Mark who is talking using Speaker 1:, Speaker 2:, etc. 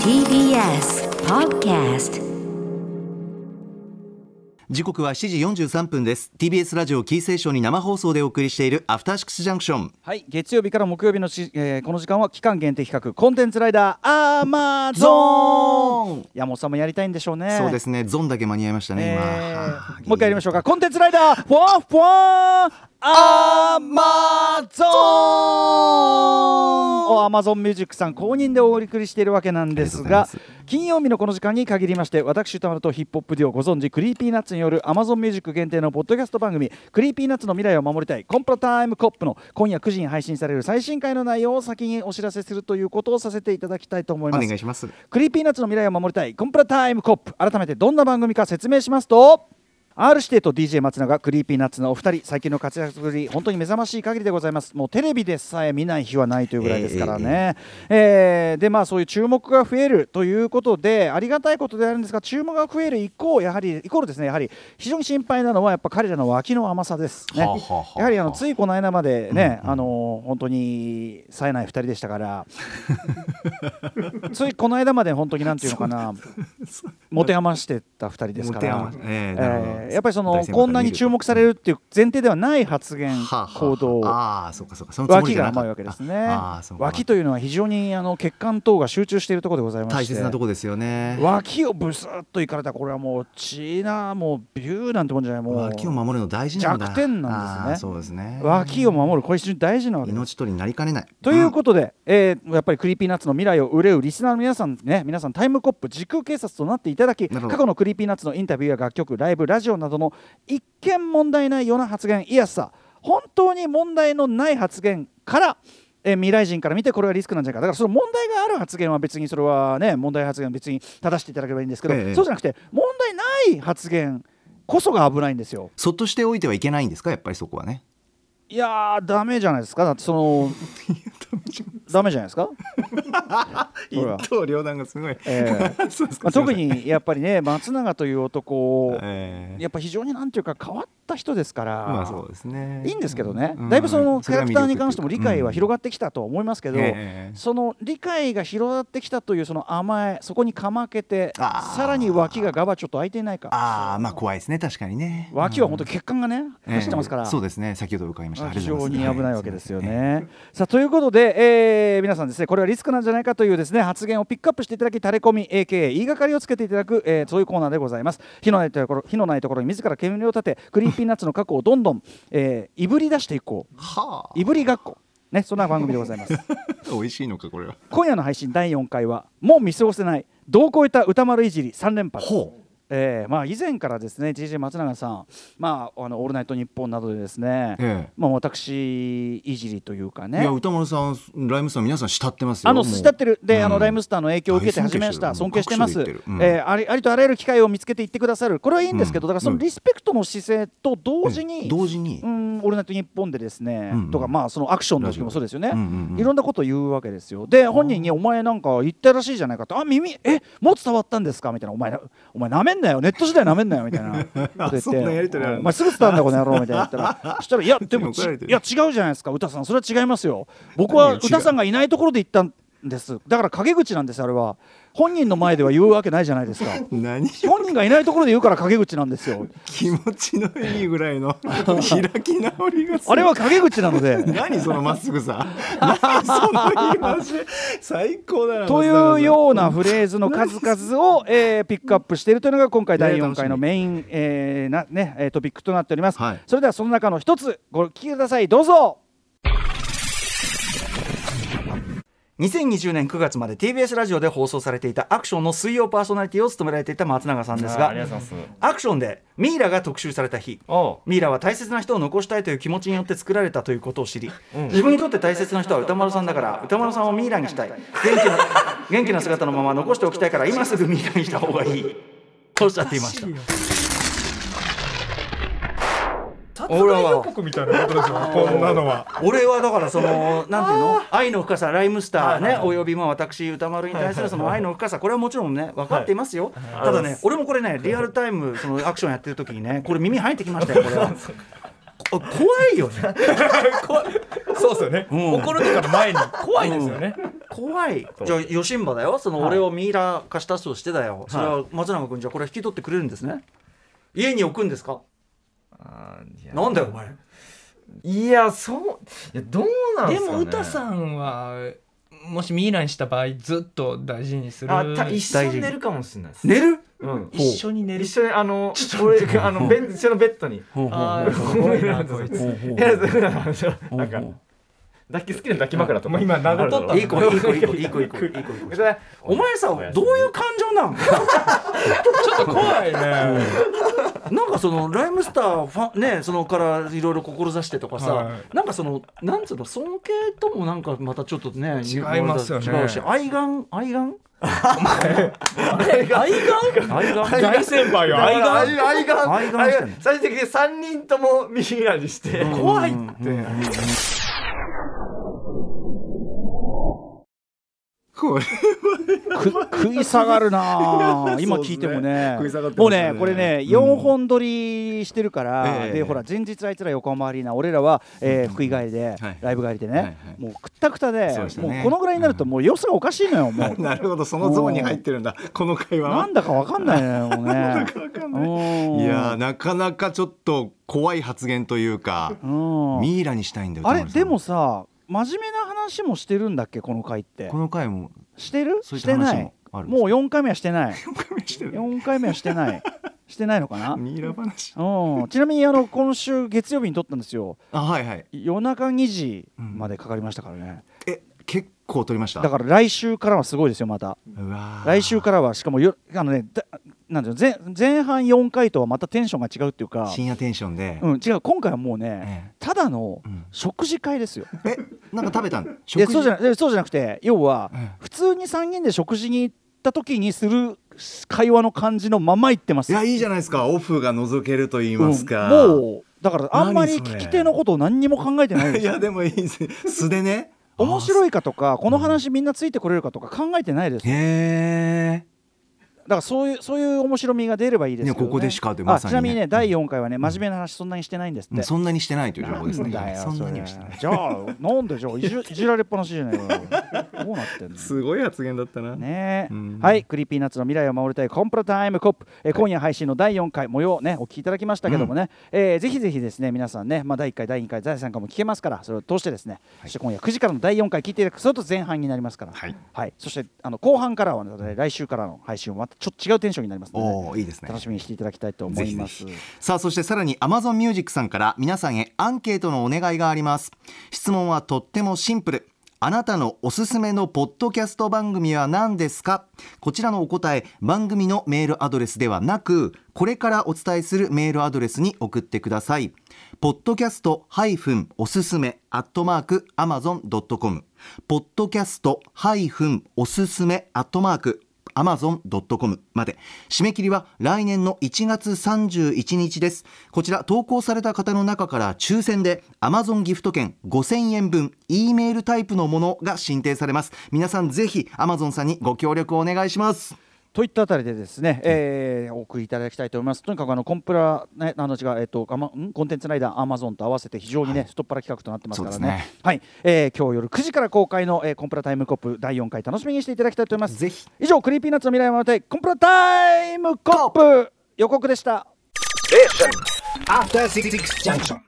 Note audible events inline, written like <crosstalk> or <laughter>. Speaker 1: TBS Podcast
Speaker 2: 時刻は7時43分です TBS ラジオキーセーションに生放送でお送りしているアフターシックスジャンクション
Speaker 3: はい、月曜日から木曜日のし、えーこの時間は期間限定企画コンテンツライダーアマゾ
Speaker 2: ゾー
Speaker 3: ン
Speaker 2: ン
Speaker 3: 山本さんもやりたいんでしょうね
Speaker 2: そうですねゾンだけ間に合いましたね、
Speaker 3: え
Speaker 2: 今
Speaker 3: ー
Speaker 2: は
Speaker 3: もう一回やりましょうかコンテンツライダーフォワンフォワンアマゾンをアマゾンミュージックさん公認でお送りしているわけなんですが
Speaker 2: ありがとうござい
Speaker 3: 金曜日のこの時間に限りまして私歌丸とヒップホップデュオご存知クリーピーナッツによるアマゾンミュージック限定のポッドキャスト番組クリーピーナッツの未来を守りたいコンプラタイムコップの今夜9時に配信される最新回の内容を先にお知らせするということをさせていただきたいと思
Speaker 2: お
Speaker 3: います
Speaker 2: 願いします
Speaker 3: クリーピーナッツの未来を守りたいコンプラタイムコップ改めてどんな番組か説明しますと R 指定と DJ 松永クリーピーナッツのお二人最近の活躍ぶり本当に目覚ましい限りでございますもうテレビでさえ見ない日はないというぐらいですからね、えーでまあそういう注目が増えるということでありがたいことであるんですが注目が増える一方やはりイコールですねやはり非常に心配なのはやっぱ彼らの脇の甘さですね、
Speaker 2: はあはあはあ
Speaker 3: やはりあのついこの間までね、あの本当に冴えない二人でしたからついこの間まで本当になんていうのかな持て余してた2人ですから
Speaker 2: 持て余ええなるほど
Speaker 3: えーやっぱりそ
Speaker 2: 大
Speaker 3: の
Speaker 2: 先輩から
Speaker 3: こんなに注目されるっていう前提ではない発言
Speaker 2: はあはあ
Speaker 3: 行動
Speaker 2: ああそうかそうかそのつもり
Speaker 3: 脇
Speaker 2: じゃ
Speaker 3: が
Speaker 2: なかっ
Speaker 3: 甘い
Speaker 2: た
Speaker 3: わけですね
Speaker 2: ああそうか
Speaker 3: 脇というのは非常にあの血管等が集中しているところでございまして
Speaker 2: 大切なとこですよね
Speaker 3: 脇をブスッといかれたらこれはもう血なもうビューなんてもんじゃないもう
Speaker 2: 脇を守るの大事なんだ
Speaker 3: 弱点なんですね
Speaker 2: ああそうですね
Speaker 3: 脇を守るこれ非常に大事なわけです
Speaker 2: 命取りになりかねない
Speaker 3: ということで、えーやっぱりクリーピーナッツの未来を憂うリスナーの皆さんね皆さんタイムコップ時空警察となっていただき
Speaker 2: なるほど
Speaker 3: 過去のクリーピーナッツのインタビューや楽曲ライブラジオなどの一見問題ないような発言いやさ本当に問題のない発言から、えー未来人から見てこれはリスクなんじゃないかだからその問題がある発言は別にそれはね問題発言は別に正していただければいいんですけど、
Speaker 2: ええ
Speaker 3: そうじゃなくて問題ない発言こそが危ないんですよ。
Speaker 2: そっとしておいてはいけないんですかやっぱりそこはね
Speaker 3: いやーダメじゃないですかだってそ <laughs> のダメじゃないですかほら
Speaker 2: 刀両断がすごい、
Speaker 3: え
Speaker 2: <laughs> そうです
Speaker 3: まあ、特
Speaker 2: すいま
Speaker 3: にやっぱりね松永という男
Speaker 2: せん、ええ
Speaker 3: やっぱ非常になんていうか変わった人ですから、
Speaker 2: まあそうですね
Speaker 3: いいんですけどね、
Speaker 2: うん
Speaker 3: だいぶそのキ
Speaker 2: それ
Speaker 3: ャ
Speaker 2: が
Speaker 3: ラ
Speaker 2: 魅力
Speaker 3: クターに関しても理解は広がってきたとは思いますけど、
Speaker 2: うんええ
Speaker 3: その理解が広がってきたというその甘えそこにかまけて
Speaker 2: あー
Speaker 3: さらに脇がガバちょっと開いていないか
Speaker 2: ああまあ怖いですね確かにね
Speaker 3: 脇は本当血管がね
Speaker 2: ええ
Speaker 3: 走ってますから、
Speaker 2: そうですね先ほど伺いましたあり
Speaker 3: 非
Speaker 2: がとうご
Speaker 3: 常
Speaker 2: ざ
Speaker 3: に
Speaker 2: ます
Speaker 3: 危ないわけですよ
Speaker 2: は
Speaker 3: ね。
Speaker 2: い
Speaker 3: さあということで、えー皆さんですねこれはリスクなんじゃないかというですね発言をピックアップしていただきタレコミ AKA 言いがかりをつけていただく、えーそういうコーナーでございます火のないところ火のないところに自ら煙を立てクリーピーナッツの過去をどんどん、えーいぶり出していこう
Speaker 2: はい
Speaker 3: ぶりがっこねそんな番組でござ
Speaker 2: <laughs>
Speaker 3: います
Speaker 2: あ美味しいのかこれは
Speaker 3: 今夜の配信第4回はもう見過ごせないどう超えた歌丸いじり3連発
Speaker 2: ほう
Speaker 3: えーまあ、以前からですね DJ 松永さん、まあ、あの「オールナイトニッポン」などでですね、
Speaker 2: ええ
Speaker 3: まあ、私いじりというか
Speaker 2: いや
Speaker 3: ね
Speaker 2: 歌丸さんライムさん皆さん慕ってますよ
Speaker 3: あの
Speaker 2: もう
Speaker 3: 慕ってるで、あ
Speaker 2: う
Speaker 3: の
Speaker 2: ん
Speaker 3: ライムスターの影響を受けて始めました
Speaker 2: 大
Speaker 3: 尊
Speaker 2: 尊敬
Speaker 3: 敬し
Speaker 2: してて
Speaker 3: ま
Speaker 2: ますすよもう各所で言ってるうん
Speaker 3: えーありありとあらゆる機会を見つけていってくださるこれはいいんですけ
Speaker 2: う
Speaker 3: ど、
Speaker 2: ん
Speaker 3: だからその
Speaker 2: うん
Speaker 3: リスペクトの姿勢と同時に、
Speaker 2: 同時に
Speaker 3: うん、俺なと日本でですね、
Speaker 2: うんうん
Speaker 3: とかまあそのアクションの時もそうですよね、
Speaker 2: うんうんうん
Speaker 3: いろんなことを言うわけですよで本人に「お前なんか言ったらしいじゃないか」って「あ耳えもう伝わったんですか?」みたいな「お前なお前なめんなよネット時代なめんなよ」みたいなこと言って
Speaker 2: そんなやり <laughs> とりあるんだ
Speaker 3: お前すぐ伝わんだよこの野郎」みたいな言った
Speaker 2: <laughs>
Speaker 3: らそしたら「いやでもち
Speaker 2: 怒られて
Speaker 3: い
Speaker 2: る
Speaker 3: や違うじゃないですか歌さんそれは違いますよ僕は
Speaker 2: 何が違う
Speaker 3: 歌さんがいないところで言ったんですだから陰口なんですあれは本人の前では言うわけないじゃな
Speaker 2: <laughs>
Speaker 3: いですか
Speaker 2: 何
Speaker 3: 本人がいないところで言うから陰口なんですよ
Speaker 2: 気持ちのいいぐらい
Speaker 3: <laughs>
Speaker 2: の開き直りがすごい
Speaker 3: あれは陰口なので
Speaker 2: 何そのまっすぐ
Speaker 3: <laughs>
Speaker 2: さ何その言い回し最高だな
Speaker 3: <laughs> というようなフレーズの数々を、
Speaker 4: <laughs>
Speaker 3: えーピックアップしているというのが今回第4回のメイン、えーなねえートピックとなっております、
Speaker 2: はい
Speaker 3: それではその中の一つご聞きくださいどうぞ
Speaker 4: 2020年9月まで TBS ラジオで放送されていたアクションの水曜パーソナリティを務められていた松永さんです
Speaker 5: あー
Speaker 4: が
Speaker 5: ありがとうございます
Speaker 4: アクションでミイラが特集された日
Speaker 5: おう
Speaker 4: ミイラは大切な人を残したいという気持ちによって作られたということを知り、自分にとって大切な人は歌丸さんだから歌丸さんをミイラにしたい元気な元気な姿のまま残しておきたいから今すぐミイラにした方がいいとおっしゃっていました
Speaker 5: 殺害予告みたいなことですよこんなのは
Speaker 4: 俺はだからそのなんていうの愛の深さライムスターねおよびまあ私歌丸に対するその愛の深さこれはもちろんね分かっていますよただね俺もこれねリアルタイムそのアクションやってる時にねこれ耳入ってきましたよこれは。お怖いよね
Speaker 6: そうですよね、
Speaker 3: ん
Speaker 6: <laughs> 怒るとかの前に怖いですよね、
Speaker 3: 怖いじゃあよしんばだよその俺をミイラ化したとしてだよ、それは松永君じゃあこれ引き取ってくれるんですね家に置くんですか
Speaker 7: あーいや
Speaker 3: なんだよお前
Speaker 7: いやそういやどうなん
Speaker 8: です
Speaker 7: か、ね、
Speaker 8: も歌さんはもしミイラにした場合ずっと大事にする
Speaker 7: あた一緒に寝るかもしれないです、
Speaker 3: 寝る
Speaker 7: うん、
Speaker 8: 一緒に寝る
Speaker 7: 一緒にあの俺があのベン一緒のベッドに
Speaker 8: あーすごいなこいつ
Speaker 7: いやそうなんか抱き好きな抱き枕とか
Speaker 6: もう今名残っとった
Speaker 3: いい子
Speaker 7: <laughs>
Speaker 3: いい子いい子いい子いい子いい子
Speaker 7: それ
Speaker 3: お前さどういう感情な <laughs> の
Speaker 6: ちょっと怖いね
Speaker 3: なんかそのライムスターファンねそのからいろいろ志してとかさ、
Speaker 6: は
Speaker 3: なんかそのなんつうの尊敬ともなんかまたちょっとね
Speaker 6: 違いますよね
Speaker 3: 違うし愛顔愛顔愛顔愛顔
Speaker 6: 大先輩よ愛が
Speaker 7: 愛が愛が
Speaker 3: 愛がしてんの
Speaker 7: 最終的に三人ともミイラにして
Speaker 3: 怖いって
Speaker 2: これ
Speaker 9: く食い下がるな
Speaker 2: <laughs>
Speaker 9: あ今聞いてもね
Speaker 2: そうですね食い下がって
Speaker 9: も
Speaker 2: ま
Speaker 9: う
Speaker 2: すね
Speaker 9: ねこれね4本撮りしてるから、
Speaker 2: ええ
Speaker 9: でほら前日あいつら横浜アリーナ俺らは、えー福井帰りで、
Speaker 2: はい
Speaker 9: ライブ帰りでね、
Speaker 2: はいはい
Speaker 9: もうくったくたで
Speaker 2: そうでしたね
Speaker 9: もうこのぐらいになるともう良さがおかしいのよも
Speaker 2: <laughs>
Speaker 9: う
Speaker 2: なるほどそのゾーンに入ってるんだこの会話は
Speaker 9: なんだかわかんないのよもうね
Speaker 2: <laughs>
Speaker 9: うん
Speaker 2: いやーなかなかちょっと怖い発言というか
Speaker 9: うん
Speaker 2: ミイラにしたいんだよ
Speaker 9: あれ
Speaker 2: 歌丸さん
Speaker 9: でもさ真面目な話もしてるんだっけこの回って
Speaker 2: この回も
Speaker 9: してる
Speaker 2: そうい
Speaker 9: し
Speaker 2: った
Speaker 9: て
Speaker 2: 話
Speaker 9: な
Speaker 2: も
Speaker 9: い
Speaker 2: あ
Speaker 9: も
Speaker 2: る
Speaker 9: う4回目はしてない4回目はしてないしてないのかな
Speaker 2: ミイラ話
Speaker 9: うん、ちなみにあの今週月曜日に撮ったんですよ
Speaker 2: あはいはい
Speaker 9: 夜中2時までかかりましたからね、
Speaker 2: え結構撮りました
Speaker 9: だから来週からはすごいですよまた
Speaker 2: うわー
Speaker 9: 来週からはしかもよあのねだなんていうの前前半4回とはまたテンションが違うっていうか、
Speaker 2: 深夜テンションで、
Speaker 9: うん、違う今回はもうね、
Speaker 2: え
Speaker 9: ただの
Speaker 2: うん
Speaker 9: 食事会ですよ、
Speaker 2: えなんか食べたん
Speaker 9: いやそうじゃ
Speaker 2: な
Speaker 9: なでそうじゃなくて要は、
Speaker 2: ええ
Speaker 9: 普通に3人で食事に行った時にする会話の感じのまま行ってます
Speaker 2: いやいいじゃないですかオフが覗けると言いますか、
Speaker 9: うんもうだからあんまり
Speaker 2: 何それ
Speaker 9: 聞き手のことを何にも考えてないで
Speaker 2: <laughs>
Speaker 9: す
Speaker 2: いやでもいいです素でね
Speaker 9: 面白
Speaker 2: い
Speaker 9: いかとかこの話みんなついてこれるかとか考えてないですだ
Speaker 2: へえ
Speaker 9: からそういうそういう面白みが出ればいいですけど、ね、
Speaker 2: ねここでしかって
Speaker 9: あ
Speaker 2: まさにね
Speaker 9: ちなみにね第4回はね真面目な話そんなにしてないんですって、
Speaker 2: そんなにしてないという情報ですね
Speaker 9: なんだよ
Speaker 2: そん
Speaker 9: そ
Speaker 2: なに
Speaker 9: れ
Speaker 2: はしてない
Speaker 9: じゃあなんでじゃあいじいじられっぱなしじゃないかどうなってんの
Speaker 2: すごい発言だったな
Speaker 9: ねえ
Speaker 2: うん
Speaker 9: はいクリーピーナッツの未来を守りたいコンプラタイムコップ、えー今夜配信の第4回模様をねお聞きいただきましたけどもね、えーぜひぜひですね皆さんね、まあ、第1回第2回第3回も聞けますからそれを通してですね、そして今夜9時からの第4回聞いていただくそれと前半になりますから、
Speaker 2: はい
Speaker 9: そしてあの後半からは、ね、来週からの配信はまたちょっと違うテンションになりますのでね、
Speaker 2: おおいいですね
Speaker 9: 楽しみにしていただきたいと思
Speaker 2: ぜ
Speaker 9: い
Speaker 2: ひぜ
Speaker 9: ます
Speaker 2: ひ。さあそしてさらに Amazon Music さんから皆さんへアンケートのお願いがあります質問はとってもシンプルあなたのおすすめのポッドキャスト番組は何ですかこちらのお答え番組のメールアドレスではなくこれからお伝えするメールアドレスに送ってくださいポッドキャストハイフンおすすめアットマーク Amazon.com ポッドキャストハイフンおすすめアットマーク amazon.com まで締め切りは来年の1月31日ですこちら投稿された方の中から抽選で Amazon ギフト券5000円分 E メールタイプのものが申請されます皆さんぜひ Amazon さんにご協力お願いします
Speaker 9: といったあたりでですね、えーお送りいただきたいと思います。とにかくあのコンプラ、ね、あの違う、えっ、と、あま、んコンテンツライダー、アマゾンと合わせて非常にね、太っ腹企画となってますから
Speaker 2: そうで
Speaker 9: ね
Speaker 2: す。
Speaker 9: はい、えー今日夜9時から公開の、えーコンプラタイムコップ第4回楽しみにしていただきたいと思います。
Speaker 2: ぜひ。
Speaker 9: 以上、クリーピーナッツの未来を守りたいコンプラタイムコップ予告でした。
Speaker 10: After Six Junction.